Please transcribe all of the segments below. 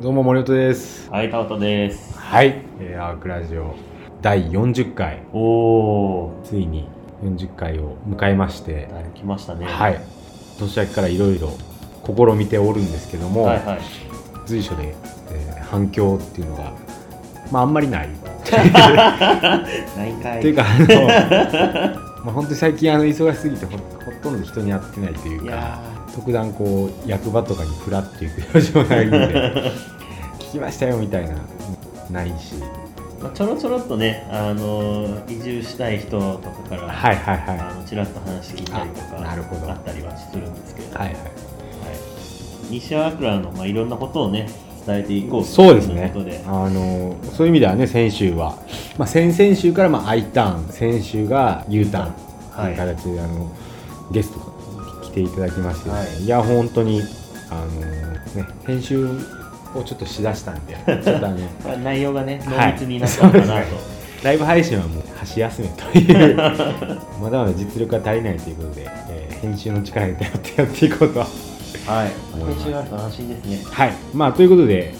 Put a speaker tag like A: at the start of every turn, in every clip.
A: どうも森本です
B: はい、タオトです。
A: はい、えー、アークラジオ第40回
B: おー、
A: ついに40回を迎えまして
B: だいぶ来ましたね。
A: はい年明けからいろいろ試みておるんですけども、
B: はいはい。
A: 随所で、えー反響っていうのがまああんまりない、
B: 何回
A: というかあの まあ本当に最近あの忙しすぎてほほとんど人に会ってないという
B: い
A: か
B: や
A: 特段こう役場とかにフラっていく表情ないん で聞きましたよみたいなないし
B: ー、まあ、ちょろちょろっとね、あのー移住したい人とかから、
A: はいはいはい
B: あのちらっと話聞いたりとか
A: あなるほど
B: あったりはするんですけど、
A: はいはい
B: はい西アークラの、まあ、いろんなことをね、伝えていこう
A: そうですね
B: ということで。
A: あのそういう意味ではね先週は、まあ、先々週からまあ I ターン先週が U ターンという形で、あのゲストが来ていただきまして、ね
B: はい
A: い、や本当にあの、ね、編集をちょっとしだしたんでちょっとあ の
B: まあ内容がね、
A: はい
B: 濃密になったのかなと。
A: ライブ配信はもう箸休めというまだまだ実力が足りないということで、えー編集の力に頼って やっていこうと
B: はい。
A: 思います
B: 西アークラ安心ですね。
A: はい、まあ、ということで、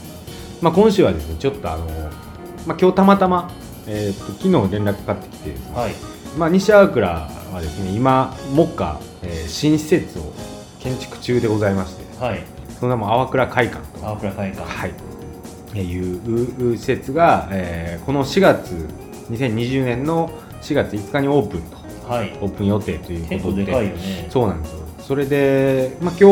A: まあ、今週はですねちょっとあの、まあ、今日たまたま、えー、と昨日連絡かかってきてですね、
B: はい。
A: まあ、西アークラはですね今目下、えー新施設を建築中でございまして
B: はい。
A: その名も阿波倉会館と、
B: アークラ会館。
A: はい、えーいう施設が、えーこの4月2020年の4月5日にオープンと
B: はい。
A: オープン予定という
B: 結
A: こ
B: 構
A: とで
B: でかいよね。
A: そうなんですよそれで、まあ、今日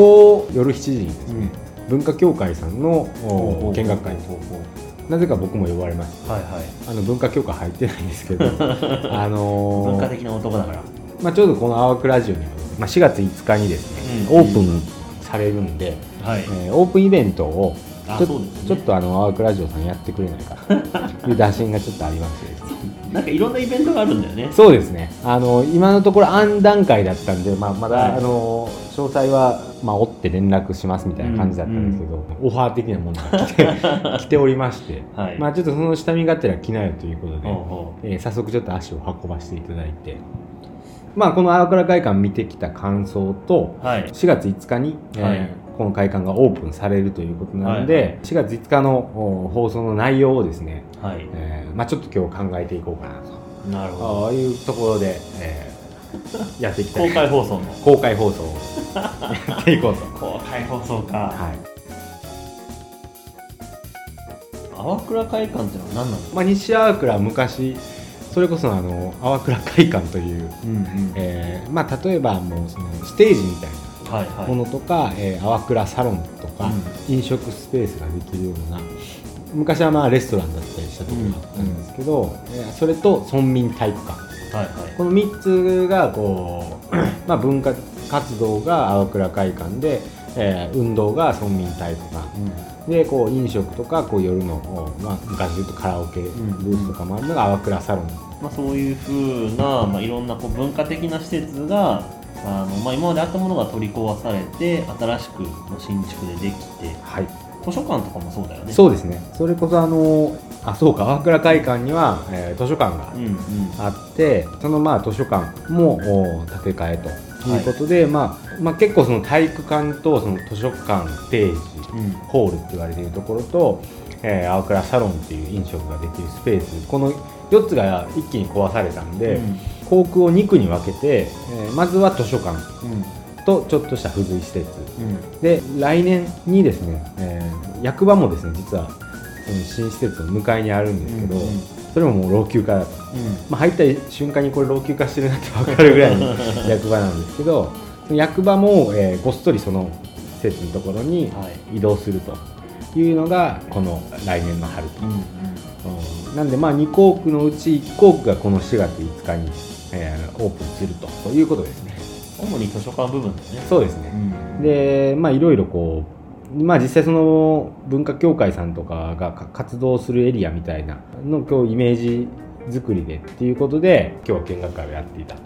A: 夜7時にですね、
B: うん。
A: 文化協会さんのお見学会
B: ほうほう
A: なぜか僕も呼ばれました
B: はいはい。
A: あの文化協会入ってないんですけ どあのー
B: 文化的な男だから。
A: まあ、ちょうどこの「アワークラジオ」にも、まあ、4月5日にですね、
B: う
A: オ
B: ん
A: ープンされるんで、
B: はい
A: え。ーオープンイベントを
B: あ
A: ちょ,、
B: そうですね
A: ちょっとあのアワークラジオさんやってくれないかという打診がちょっとありましてですね
B: なんかいろんなイベントがあるんだよね。
A: そうですねあの今のところ案段階だったんで、まあ、まだ、
B: はい
A: あの詳細は、まあ、追って連絡しますみたいな感じだったんですけど、オファー的なものが 来て来ておりまして、
B: はい。
A: まあ、ちょっとその下見がてら来なよということで
B: ほう、ほ
A: えー早速ちょっと足を運ばせていただいて、まあ、この荒倉会館見てきた感想と
B: うはい。
A: 4月5日に、えー
B: はい
A: この会館がオープンされるということなので、
B: は
A: 4月5日のお放送の内容をですね、
B: はい。
A: えーまあ、ちょっと今日考えていこうかなと。
B: なるほど。
A: ああいうところで、えーやっていきた
B: 公
A: い
B: 開放送の。
A: 公開放送を やっていこうと
B: 公開放送か。
A: はい、
B: 淡倉会館ってのは何なの
A: まあ、西阿波倉は昔それこそあの阿波倉会館という、
B: うんうん。
A: えーまあ、例えばもうそのステージみたい
B: はい
A: な
B: はい。
A: ものとか、えー、阿波倉サロンとか、
B: う
A: 飲食スペースができるような昔はまあレストランだったりしたところだったんですけど、えーそれと村民体育館
B: はいはい。
A: この3つがこう、 まあ、文化活動が青倉会館で、えー運動が村民体育館でこう飲食とかこう夜の、おまあ、昔で言うとカラオケブ
B: ん
A: ースとかもあるのが青倉サロン、
B: まあそういうふうな、まあいろんなこう文化的な施設が、あのまあ今まであったものが取り壊されて、新しくこう新築でできて、
A: はい、
B: 図書館とかもそうだよね。う。
A: そうですねそれこそあのあそうか青倉会館には、えー図書館が
B: うんうん。
A: あってそのまあ図書館もお建て替えということで、まあ、まあ結構その体育館とその図書館ステージ
B: うん。
A: ホールって言われているところと、えー、青倉サロンっていう飲食ができるスペースこの4つが一気に壊されたんで、
B: うん
A: 校区を2区に分けて、えーまずは図書館
B: うん。
A: とちょっとした付随施設
B: うん。
A: で来年にですね、えー役場もですね実はその新施設を迎えにあるんですけど、
B: うんうん
A: それももう老朽化だと、
B: うん。
A: まあ、入った瞬間にこれ老朽化してるなって分かるぐらいの 役場なんですけどその役場も、えーごっそりその施設のところに
B: はい。
A: 移動するというのがこの来年の春と、
B: うんうん。
A: なんでまあ2校区のうち1校区がこの4月5日に、えーオープンするということですね
B: 主に図書館部分だよね。
A: そうですね、
B: ん
A: でまあいろいろこうまあ実際その文化協会さんとかがか活動するエリアみたいなのを今日イメージ作りでっていうことで今日は見学会をやっていた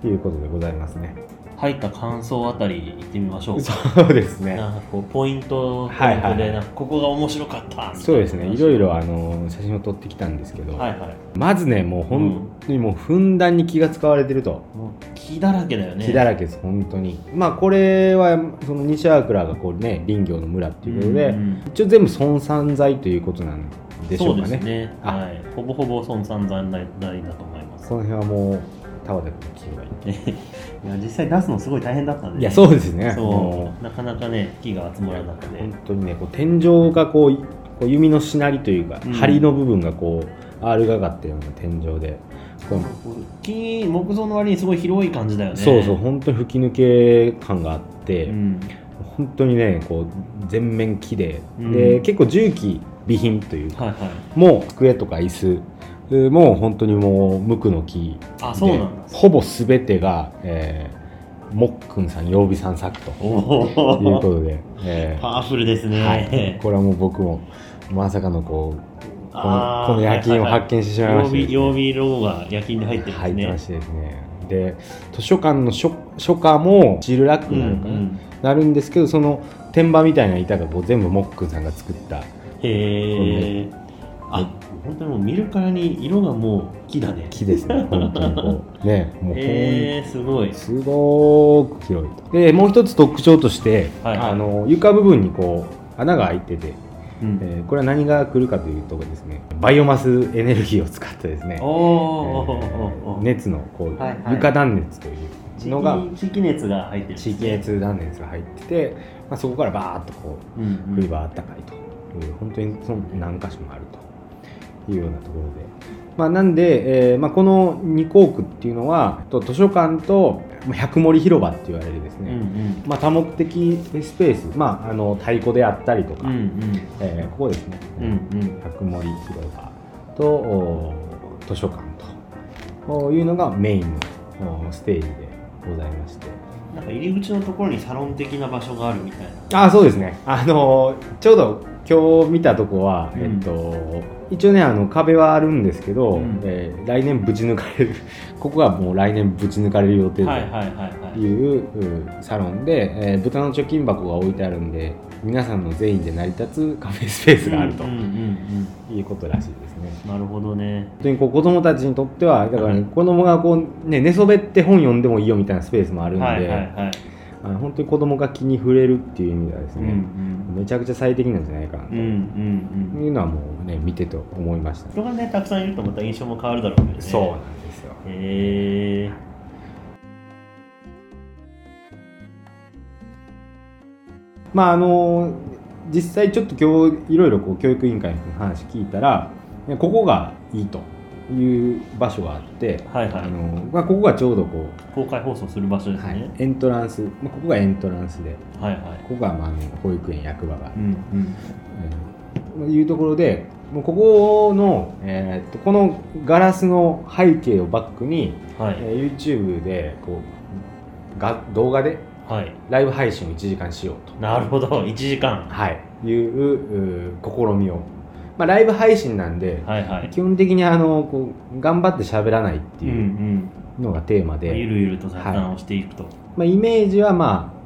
A: ということでございますね
B: 入った感想あたり行ってみましょうか
A: そうですね
B: なんかこうポイントポイントで、
A: はいはいはい
B: なんかここが面白かったみたいな話
A: そうですねいろいろあの写真を撮ってきたんですけど、
B: はいはい
A: まずねもう本当にもうふんだんに気が使われてると、
B: もう木だらけだよね
A: 木だらけです本当にまあこれはその西アークラがこうね林業の村っていうことで、
B: んん
A: 一応全部損散剤ということなんでしょ
B: そう
A: う
B: で
A: か
B: す
A: ね
B: ね
A: あ
B: はいほぼほぼ孫さん残念ないだと思います
A: その辺はもう田畑君の木がいい
B: いや実際出すのすごい大変だったんで、ね、
A: いやそうですね
B: そ
A: も
B: うなかなかね木が集まらなく
A: う
B: て
A: 本当にねこう天井がこういこう弓のしなりというか、
B: うん
A: 梁の部分がこう R がかったような天井でこう
B: 木木造の割にすごい広い感じだよね
A: そうそう本当に吹き抜け感があって、
B: うん
A: 本当にねこう全面木で、
B: うん
A: で結構重機備品というか
B: はいはい
A: もう机とか椅子えーもう本当にもう無垢の木で
B: あそうなんだ
A: ほぼ全てが、えーもっくんさん曜日さん作 と
B: お
A: いうこ
B: お
A: とで、えー
B: パワフルですね、
A: はい、これはもう僕もまさかのこうこのこの夜勤を発見してしまいましたですね、
B: 曜日曜日ロゴが夜勤で入ってるん
A: 入ってま
B: で
A: し
B: すね
A: てですねで図書館の書書家もシールラック
B: うん
A: に
B: う
A: なるかな,、
B: ん
A: なるんですけどその天板みたいな板がこう全部もっくんさんが作った
B: へえあ本当にもう見るからに色がもう木だね
A: 木です ね本当にこうねもうほん
B: へえすごい
A: すごーく広いとでもう一つ特徴として、
B: はい
A: あの床部分にこう穴が開いてて、
B: うん
A: えーこれは何が来るかというとですねバイオマスエネルギーを使ってですね
B: おー、
A: え
B: おーおーおー
A: ー
B: おー
A: 熱のこう、
B: はいはい
A: 床断熱とい
B: 地
A: うのが
B: 域地域熱が入ってる
A: 地域熱断熱が入ってて、まあ、そこからバーッとこ
B: うん
A: う
B: う
A: 冬
B: ん
A: 場あったかいという、本当にその何箇所もあるというようなところで、まあ、なんで、えーまあ、この2校区っていうのはと図書館とまあ百森広場って言われるです
B: うん
A: ね、まあ、多目的スペース、まあ、あの太鼓であったりと
B: うんう
A: か、
B: ん
A: えーここですね、
B: うんうん
A: 百森広場とお図書館とおいうのがメインのおステージでございまして。
B: なんか入り口のところにサロン的な場所があるみたいな
A: あそうですねあのちょうど今日見たとこは、
B: うん
A: えっと一応ねあの壁はあるんですけど、
B: うん
A: えー来年ぶち抜かれる ここがもう来年ぶち抜かれる予定
B: はい
A: と
B: はいはいはい
A: いう、うサロンで、えー豚の貯金箱が置いてあるんで皆さんの善意で成り立つ カフェスペースがあると
B: うんうんうん
A: いうことらしいですね。
B: うんなるほどね
A: 本当にこう子供たちにとってはだから、ね、子供がこう、ね、寝そべって本読んでもいいよみたいなスペースもあるんで、
B: はいはいはい
A: あの本当に子供が気に触れるっていう意味ではです
B: う
A: ね、
B: ん
A: めちゃくちゃ最適なんじゃないかなと
B: うんうん
A: い
B: うんうん
A: うのはもうね見てと思いました、
B: 人がねたくさんいるとまた印象も変わるだろうけどね
A: そうなんですよ
B: へえ
A: まああの実際ちょっと今日いろいろこう教育委員会の話聞いたらねここがいいという場所があって、
B: はいは
A: あ
B: い
A: のまあ、ここがちょうどこ
B: 公開放送する場所
A: う、
B: です
A: は
B: ね
A: い、エントランス、まあ、ここがエントランスで
B: はいはい
A: ここがまああの保育園役場が
B: うんうん
A: えーいうところでもうここの、えーっとこのガラスの背景をバックに、
B: は
A: えー
B: い
A: YouTube でこうが動画で
B: はい
A: ライブ配信を1時間しようと、
B: なるほど1時間
A: はい、いううー試みを、まあ、ライブ配信なんで、
B: はいはい
A: 基本的にあのこう頑張って喋らないって
B: うんう
A: いうんのがテーマで、
B: ゆるゆると雑談をしていく と、
A: まあ、イメージはまあ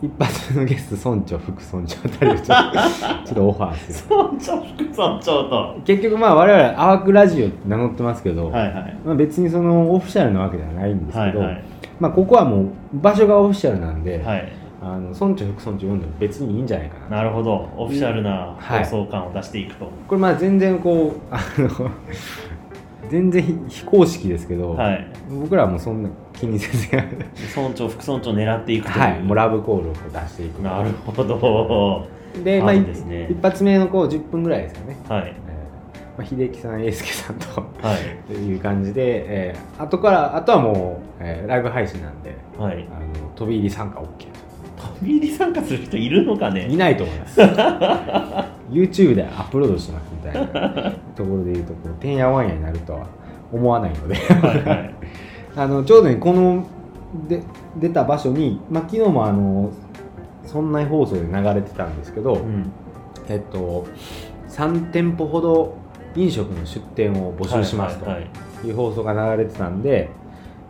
A: 一発のゲスト村長副村長あたりをちょっと ちょっとオファーする
B: 村長副村長と
A: 結局まあ我々淡くラジオって名乗ってますけど、
B: はいはい
A: まあ、別にそのオフィシャルなわけではないんです
B: は
A: け
B: い
A: ど、
B: はい
A: まあ、ここはもう場所がオフィシャルなんで、
B: はい
A: あの村長副村長読んでも別にいいんじゃないかな
B: なるほどオフィシャルな
A: はい
B: 放送感を出していくと、
A: これまあ全然こうあの全然非非公式ですけど、
B: はい、
A: 僕らはもうそんな気にせず
B: 村長副村長狙っていくという、
A: はいもうラブコールをこう出していく
B: なるほど
A: で,、まあ
B: ある
A: い
B: んですね
A: 一発目のこう10分ぐらいですかね、
B: は
A: え
B: い
A: ーまあ、秀樹さん英介さんと
B: は
A: と
B: い
A: いう感じで、えー、後からあとはもう、えーライブ配信なんで
B: はい
A: あの飛び入り参加 OK
B: 飛び入り参加する人いるのか
A: い
B: ね
A: ないと思います YouTube でアップロードしますみたいなところで言うとこうてんやわんやになるとは思わないので
B: はいはい
A: あのちょうどねこので出た場所に、まあ、昨日もあのそんな放送で流れてたんですけど、
B: うん
A: えっと3店舗ほど飲食の出店を募集しますと
B: はいはいはい
A: いう放送が流れてたんで、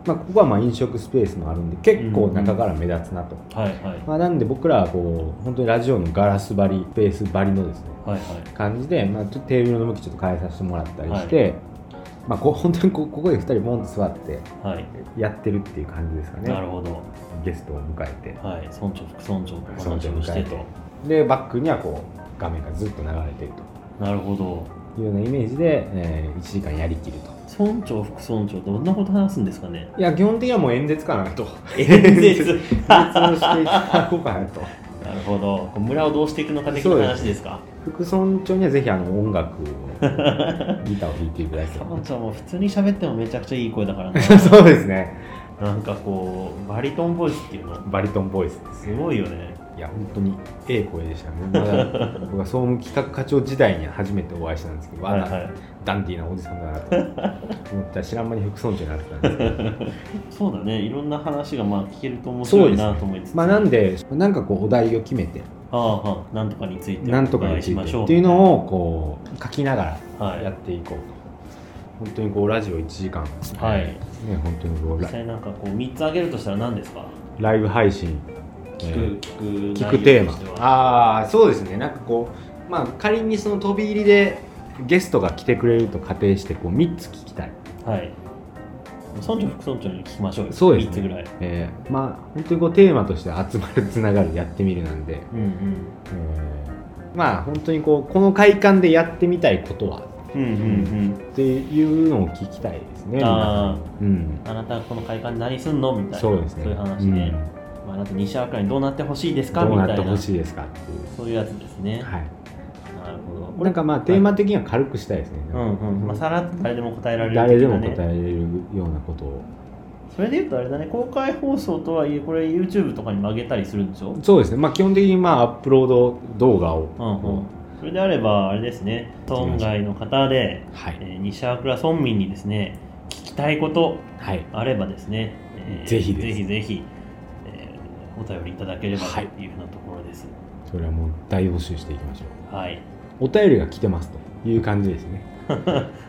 A: まあ、ここはまあ飲食スペースもあるんで結構中から目立つなと、
B: はいはい
A: まあ、なんで僕らはこう本当にラジオのガラス張りスペース張りのですね
B: はい
A: 感じで、まあ、ちょっとテーブルの向きちょっと変えさせてもらったりして、まあ、こう 本当にこここで2人ボンと座って
B: はいはい、
A: やってるっていう感じですか
B: なる
A: ね
B: ほど
A: ゲストを迎えて
B: はい村長副村長と
A: 村
B: お話
A: 長
B: を
A: を
B: し
A: 迎
B: て
A: え
B: と
A: てでバックにはこう画面がずっと流れてる
B: なるほど
A: というようなイメージで、え1時間やりきると
B: 村長副村長どんなこと話すんですか ね
A: いや基本的にはもう演説かなと
B: 説
A: 演説をしていただこうかなと
B: なるほどこう村をどうしていくのか的な話ですか
A: 副村長にはぜひあの音 楽をギターを弾いていただけれ
B: 村長も普通に喋ってもめちゃくちゃいい声だからな
A: ば そうですね
B: なんかこうバリトンボイスっていうの
A: バリトンボイスです
B: すごいよね
A: いや本当にええ声でしたね、まだ僕は総務企画課長時代に初めてお会いしたんですけど、わ
B: はい
A: あ
B: はい
A: ダンディーなおじさんだなと思ったら知らん間に副村長になってたんですけ ど
B: そうだねいろんな話がまあ聞けると面
A: そう
B: 白い
A: ですね
B: なと思いつつ、
A: まあなんでなんかこうお題を決めて
B: ああはあなんとかについて
A: なんとかについ
B: お伺
A: てっていう
B: を
A: のをこう書きなが
B: は
A: ら
B: い
A: やっていこうと、本当にこうラジオ1時間、
B: はい
A: ね本当にこう
B: 実
A: ラ
B: 際なんかこう3つ挙げるとしたら何ですか
A: ライブ配信
B: 聞
A: えー
B: く、聞く
A: 聞くテー
B: 内容として
A: マ
B: は
A: ああーそうですねなんかこうまあ仮にその飛び入りでゲストが来てくれると仮定してこう3つ聞きたい
B: はい村長副村長に聞きましょうよ
A: そうですね
B: 3つぐらい
A: えーまあ本当にこうテーマとして集まるつながるやってみるなんで、
B: うんうん
A: えーまあ本当にこうこの快感でやってみたいことは
B: うんうん
A: っていうのを聞きたいですね
B: うん
A: 皆さ
B: あ
A: んうん
B: ああなたはこの会館で何すんのみたいな
A: そうですね
B: いう話
A: うん
B: ね、まあ、あなた西アカにどうなってほしいですか
A: どう
B: み
A: な
B: た
A: っ
B: い
A: てほ
B: な
A: しいですかっていう
B: そういうやつですね、
A: はい
B: なるほどこ
A: な
B: れ
A: んかまあテーマ的には軽くしたいですね、
B: うんうんまあ、さらっと誰でも答えられる、
A: 誰でも答え
B: え
A: れるようなことを
B: それでいうとあれだね公開放送とはいえこれ YouTube とかにも上げたりするんでしょ
A: そうですねまあ基本的にまあアップロード動画を、
B: うんうんそれであればあれですね村外の方で、
A: は
B: え
A: い
B: ー、西倉村民にですね聞きたいこと
A: はい
B: あればですね、えー
A: ぜひです
B: ぜひぜひ、えーお便りいただければと
A: はい
B: いうふうなところです
A: それはもう大募集していきましょ
B: はい、
A: うお便りが来てますという感じですね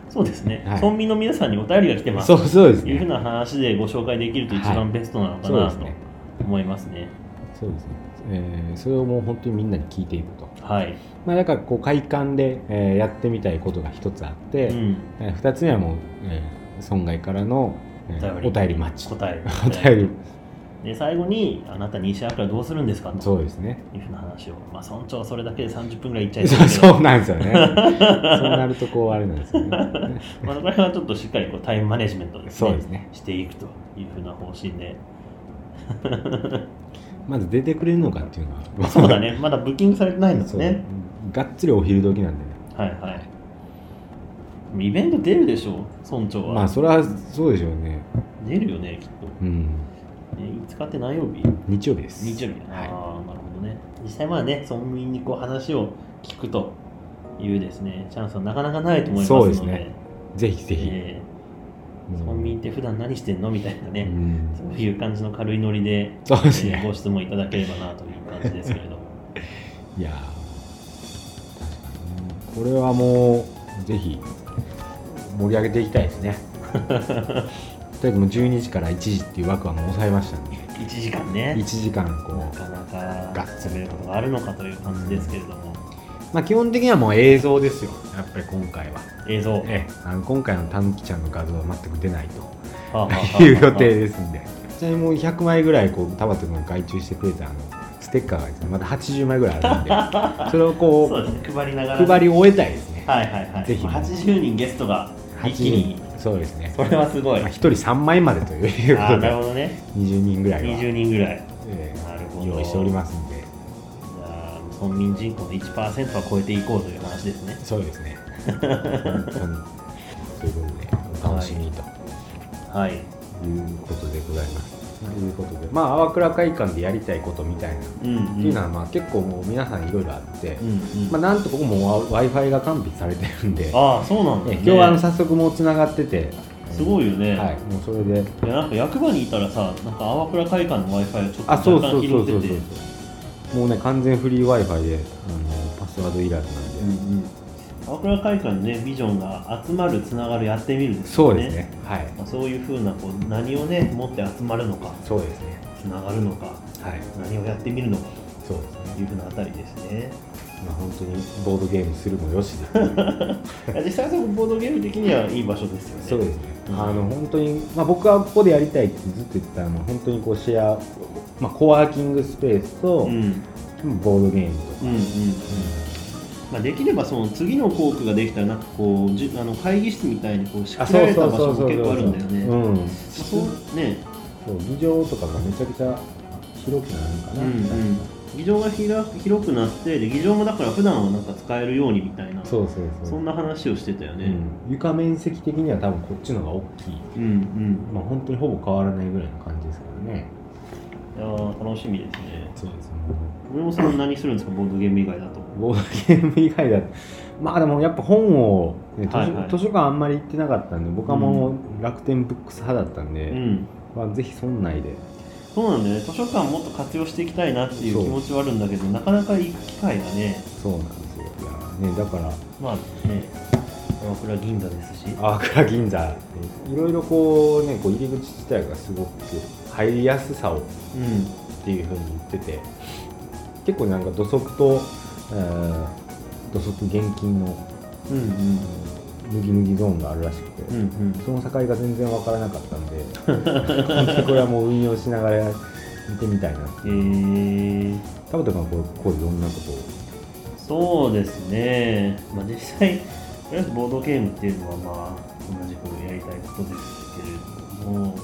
B: そうですね、
A: はい
B: 村民の皆さんにお便りが来てます
A: そうそうです
B: いうふう
A: ね
B: な話でご紹介できると一
A: は
B: 番ベストなのか
A: そう
B: な
A: です
B: と
A: ね
B: 思いますね
A: そうですね、えーそれをもう本当にみんなに聞いていくと、
B: はい、
A: まあ、だからこう快感で、えーやってみたいことが一つあって、
B: うん、
A: えー二つ目はもう、えー村外からの、えーお便り待ち
B: 答え
A: お便り
B: で最後にあなた西ア倉どうするんですかと
A: そうですね
B: いうふうな話を、まあ、村長はそれだけで30分ぐらいいっちゃい
A: そう
B: ですけど
A: そうなんですよねそうなるとこうあれなんですよ ね
B: まあ、これはちょっとしっかりこうタイムマネジメントをです
A: そう
B: ね
A: ですね
B: していくというふうな方針で
A: まず出てくれるのかっていうのは
B: そうだねまだブッキングされてないんです
A: そう
B: ね
A: がっつりお昼時なんでね
B: はいはいでもイベント出るでしょ村長は、
A: まあそれはそうでしょうね
B: 出るよねきっと、
A: うん
B: え5日って何曜日
A: 日曜日です
B: 日曜日、
A: はい
B: ああなるほどね実際まあね村民にこう話を聞くというですねチャンスはなかなかないと思いますの
A: そう
B: で
A: ですねぜひぜひ、
B: え
A: う
B: ー
A: ん
B: 村民って普段何してんのみたいな
A: う
B: ね、
A: ん
B: そういう感じの軽いノリで、
A: そうです
B: えー
A: ね
B: ご質問いただければなという感じですけれども
A: いやー確かにねこれはもうぜひ盛り上げていきたいです ねとりあえずもう12時から1時っていう枠はもう抑えましたんで
B: 1時間ね
A: 1時間こ
B: な
A: う
B: かな
A: ガ
B: か
A: ッツリ
B: 喋ることがあるのかという感じですけれども、
A: まあ基本的にはもう映像ですよやっぱり今回は
B: 映像
A: ええあの今回のたぬきちゃんの画像は全く出ないと
B: はあはあは あはあ
A: いう予定ですんでちなみにもう100枚ぐらいこう田畑君が外注してくれたあのステッカーがですねまた80枚ぐらいあ るんでそれを
B: そ
A: こ
B: うですね配りなが
A: う
B: ら
A: 配り終えたいですね
B: はいはいはい
A: ぜひ
B: まあ80人ゲストが一気に
A: 80そうですね
B: それはすごい
A: まあ、
B: あ
A: 1人3枚までというこ
B: あ
A: と
B: な
A: で
B: るほどね
A: 20人ぐらいは、
B: 20人ぐらい
A: え
B: なるほ
A: ー
B: ど
A: 用意しておりますんで
B: じゃあ村民人口の1%は超えていこうという話ですね
A: そうです ね本当にということでお楽しみにと
B: はい
A: いうことでございます、ということでまあ淡倉会館でやりたいことみたいな、っ
B: うん
A: ていうのはまあ結構もう皆さんいろいろあって、
B: うんうん
A: まあ、なんとここも w i f i が完備されてるんで、
B: ああそうなんだ、
A: え
B: ね、
A: 今日はあの早速もうつながってて
B: すごいよね、
A: はい、もうそれで
B: いやなんか役場にいたらさなんか淡倉会館の w i f i をちょっ
A: あ
B: と若
A: そうそ
B: 干
A: うそ
B: 拾
A: うそ
B: っ
A: う
B: てて
A: もうね完全フリー w i f i であのパスワードいらずなんで、
B: うんうん青倉会館のねビジョンが集まるつながるやってみるです
A: そ
B: よ
A: う
B: ね
A: ですねはい
B: まあ、そういうふうなこう何をね持って集まるのか
A: そうですね
B: つながるのか
A: はい
B: 何をやってみるのか
A: そうですね
B: というふうなあたりですね
A: まあ本当にボードゲームするもよしで
B: いや実際そのボードゲーム的にはいい場所ですよね
A: そうですね、
B: うん
A: あの本当に、まあ、僕はここでやりたいってずっと言ってたのは本当にこうシェア、まあ、コワーキングスペースと、
B: うんうん
A: ボードゲームと
B: うんうんまあ、できればその次の校区ができたらなんかこうじあの会議室みたいにこう仕
A: あ
B: 切られた場所も結構あるんだよね。まあ
A: うん、
B: そうね、
A: そう議場とかがめちゃくちゃ広くなるのか
B: う
A: な、
B: んうん、議場がひら広くなってで議場もだから普段はなんか使えるようにみたいな
A: そうそうそう
B: そんな話をしてたよ
A: う
B: ね。
A: ん、床面積的には多分こっちの方が大きい、
B: うん、うん、
A: まあ、本当にほぼ変わらないぐらいの感じですからね
B: いやー楽しみですね。
A: そうですね
B: 俺もその何するんですかボードゲーム以外だと。
A: ボードゲーム以外だとまあでもやっぱ本をね、図書
B: はいはい
A: 図書館あんまり行ってなかったんで僕はもう楽天ブックス派だったんで、
B: うん
A: まあ、ぜひ村内で
B: そうなんだよね図書館もっと活用していきたいなっていう気持ちはあるんだけどなかなか行く機会がね
A: そうなんですよいやーねだから
B: まあね鎌倉銀座ですし
A: アークラ銀座いろいろこうねこう入り口自体がすごく入りやすさをっ
B: うん
A: ていうふうに言ってて結構なんか土足と、えー土足厳禁の
B: うんうん
A: 脱ぎ脱ぎゾーンがあるらしくて、
B: うんうん
A: その境が全然わからなかったんで本当にこれはもう運用しながら見てみたいな
B: えー、
A: 田畑君はこうこうどんなことを
B: そうですね、まあ、実際とりあえずボードゲームっていうのはまあ同じくやりたいことですけれども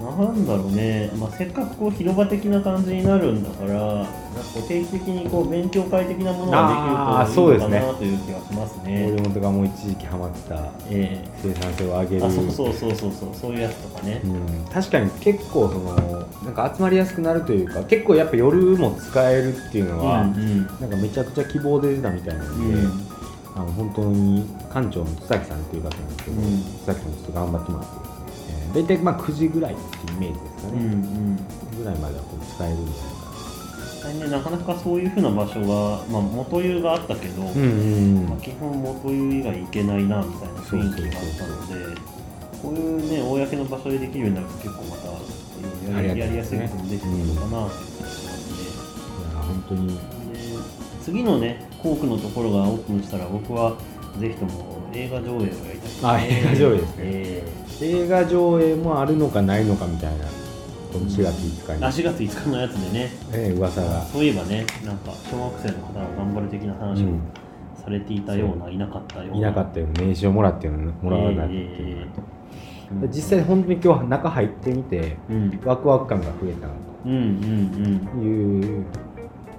B: なんだろうね、まあ、せっかくこう広場的な感じになるんだからなんかこう定期的にこう勉強会的なものが
A: あ
B: で
A: ー
B: きるといい
A: そ
B: の
A: うです
B: かなという気がします
A: 森
B: ね。
A: 本がもう一時期ハマってた
B: え
A: 生産性を上げ
B: え
A: る
B: あそうそうそうそうそうそういうやつとかね。
A: うん確かに結構そのなんか集まりやすくなるというか結構やっぱ夜も使えるっていうのは、
B: うん
A: なんかめちゃくちゃ希望出てたみたいな
B: う
A: ので、
B: ん
A: あの本当に館長の津崎さんっていう方なんですけど、
B: うん
A: 津崎さんにちょっと頑張ってもらって、えー、大体まあ9時ぐらいっていうイメージですか
B: うんう
A: ね、
B: ん
A: ぐらいまではこう使えるんじゃ
B: 実際ねなかなかそういうふうな場所が、まあ、元湯があったけど、
A: ないかなうんうん
B: まあ、基本元湯以外行けないなみたいな雰囲気があったのでこういうね公の場所でできるようになると結構またやりや
A: あり
B: りや
A: が
B: す
A: たいです
B: いこ
A: ね
B: ともできてくるのかなという気がします
A: いや本当に
B: ね。で次のね校区のところがオープンしたら僕はぜひとも映画上映をやりたい
A: あ映画上映ですね
B: え
A: 映画上映もあるのかないのかみたいなこの4月
B: え
A: 5
B: あ
A: 日
B: 4月5日のやつでね
A: に、ね、噂が、
B: そういえばねなんか小学生の方が頑張る的な
A: う
B: 話も
A: ん、
B: されていたような、いなかったようない
A: なかったよ名刺をもらってるのもらわないって
B: え
A: いう、
B: えうん
A: 実際本当に今日中入ってみて
B: うん
A: ワクワク感が増えた
B: うんうんうん
A: という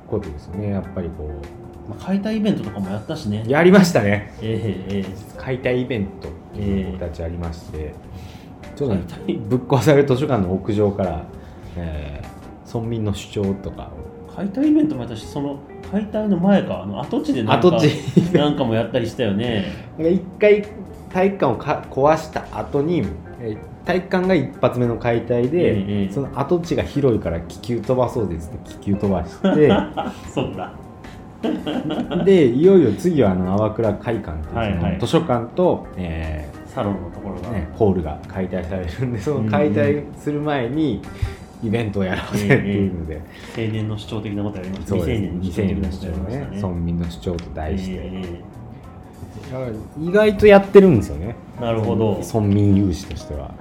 A: ことですねやっぱりこう
B: まあ、解体イベントとかもやったしね。
A: やりましたね
B: えええ
A: 解体イベントっていうのが僕たちありまして、ちょっ
B: 解
A: とねぶっ壊される図書館の屋上から、えー村民の主張とかを
B: え解体イベントもやったし、その解体の前か、あの跡地でなんか
A: 跡地
B: なんかもやったりしたよね。
A: なんか一回体育館をか壊した後にえー体育館が一発目の解体で、
B: うんうん
A: その跡地が広いから気球飛ばそうですって気球飛ば して。
B: あそうだ。
A: でいよいよ次はあの粟倉会館っていうその、
B: はいはい
A: 図書館と、え
B: サロンのところ
A: ー
B: が。
A: ね、ホールが解体されるんでその解体する前にイベントをやろうぜっていうので、
B: 青年の主張的なことやりました。
A: そうです
B: 未
A: 未
B: 成
A: 成年
B: 年の
A: の
B: 主
A: 主
B: 張
A: 張
B: 的なことやり
A: ね
B: ました
A: 村
B: ね。
A: 民の主張と題して、
B: ええ
A: だから意外とやってるんですよね
B: なるほど。
A: 村民有志としては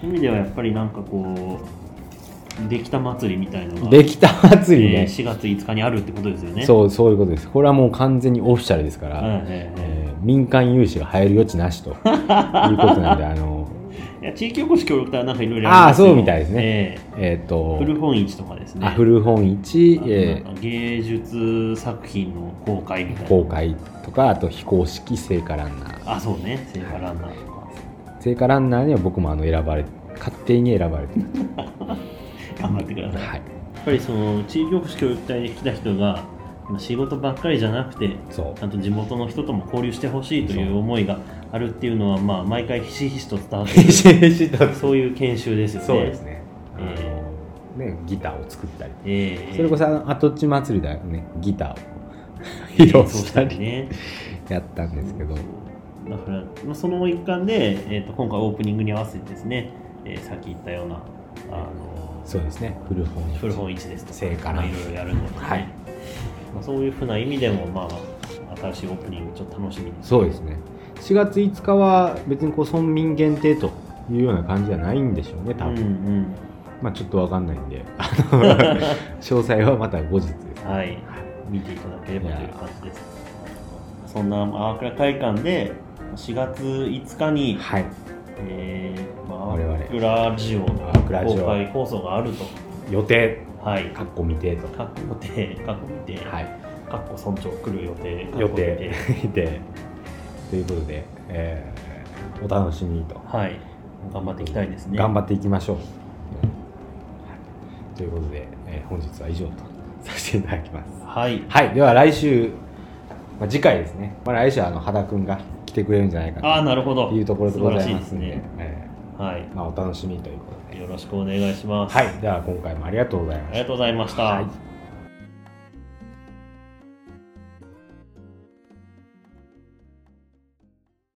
B: そういう意味ではやっぱりなんかこう、できた祭りみたいのが、
A: できた祭り
B: ええ
A: ね、
B: 4月5日にあるってことですよね。う。
A: そうそういうことですこれはもう完全にオフィシャルですから、
B: はいはいはい
A: えー民間有志が入る余地なしということなんであの、
B: いや地域おこし協力隊はなんかいろいろ
A: あーそうみたいですね
B: ね。え
A: えー、
B: え
A: と
B: 古本市とかですね。
A: あ古本市、
B: あ
A: え
B: となんか芸術作品の公開みたい
A: ー
B: な。
A: 公開とかあと非公式聖火ランナー
B: あ、そうね。聖火ランナーとか。
A: 聖火ランナーには僕もあの選ばれ勝手に選ばれて
B: 頑張ってください。
A: ます、
B: や
A: はい、
B: っぱりその地域おこし協力隊に来た人が、まあ仕事ばっかりじゃなくて、
A: そう
B: ちゃんと地元の人とも交流してほしいとい
A: そうう
B: 思いがあるっていうのは、まあ、毎回ひしひしと伝わってくる
A: ひしひしと
B: そういう研修ですよね。
A: そうですねあの、
B: え
A: ねギターを作ったり
B: ええ
A: それこそあの跡地祭りだよねギターを披露
B: そう
A: し
B: した
A: り
B: たりね。
A: やったんですけど
B: だからまあその一環で、えー、と今回オープニングに合わせてですね、えーさっき言ったようなあの
A: そうですね古本
B: 古本市ですと
A: 聖火
B: ま
A: ラ
B: あ
A: ン
B: いろいろやるので、
A: はい
B: まあ、そういうふうな意味でも、まあ、新しいオープニングちょっと楽しみです
A: そうですね4月5日は別にこう村民限定というような感じじゃないんでしょうね多
B: うん
A: 分、
B: うん
A: まあちょっとわかんないんであ の詳細はまた後日
B: はい、見ていただければという感じです。そんなアークラ会館で4月5日に、
A: はい
B: えーまあ、ア
A: 我々
B: ークラジオの
A: アークラジオ
B: 公開放送があると、
A: 予定
B: はい、
A: かっこ見てと
B: かっこて、かっこ見て、
A: はい
B: かっこ村長来る予定、かっこ
A: 予
B: 見
A: 定見てということで、えーお楽しみにと
B: はい、頑張っていきたいですね。
A: 頑張っていきましょう、はいということで、えー本日は以上と させていただきます
B: はい、
A: はいでは来週、まあ、次回ですね、まあ、来週はあの羽田君が来てくれるんじゃないか
B: ああ、
A: な
B: なるほど。
A: というところでございますんで
B: 素晴らしいですね
A: え
B: はい
A: ー、まあ、お楽しみということで
B: よろしくお願いします。
A: はいでは今回もありがとうございました
B: ありがとうございました。
A: はい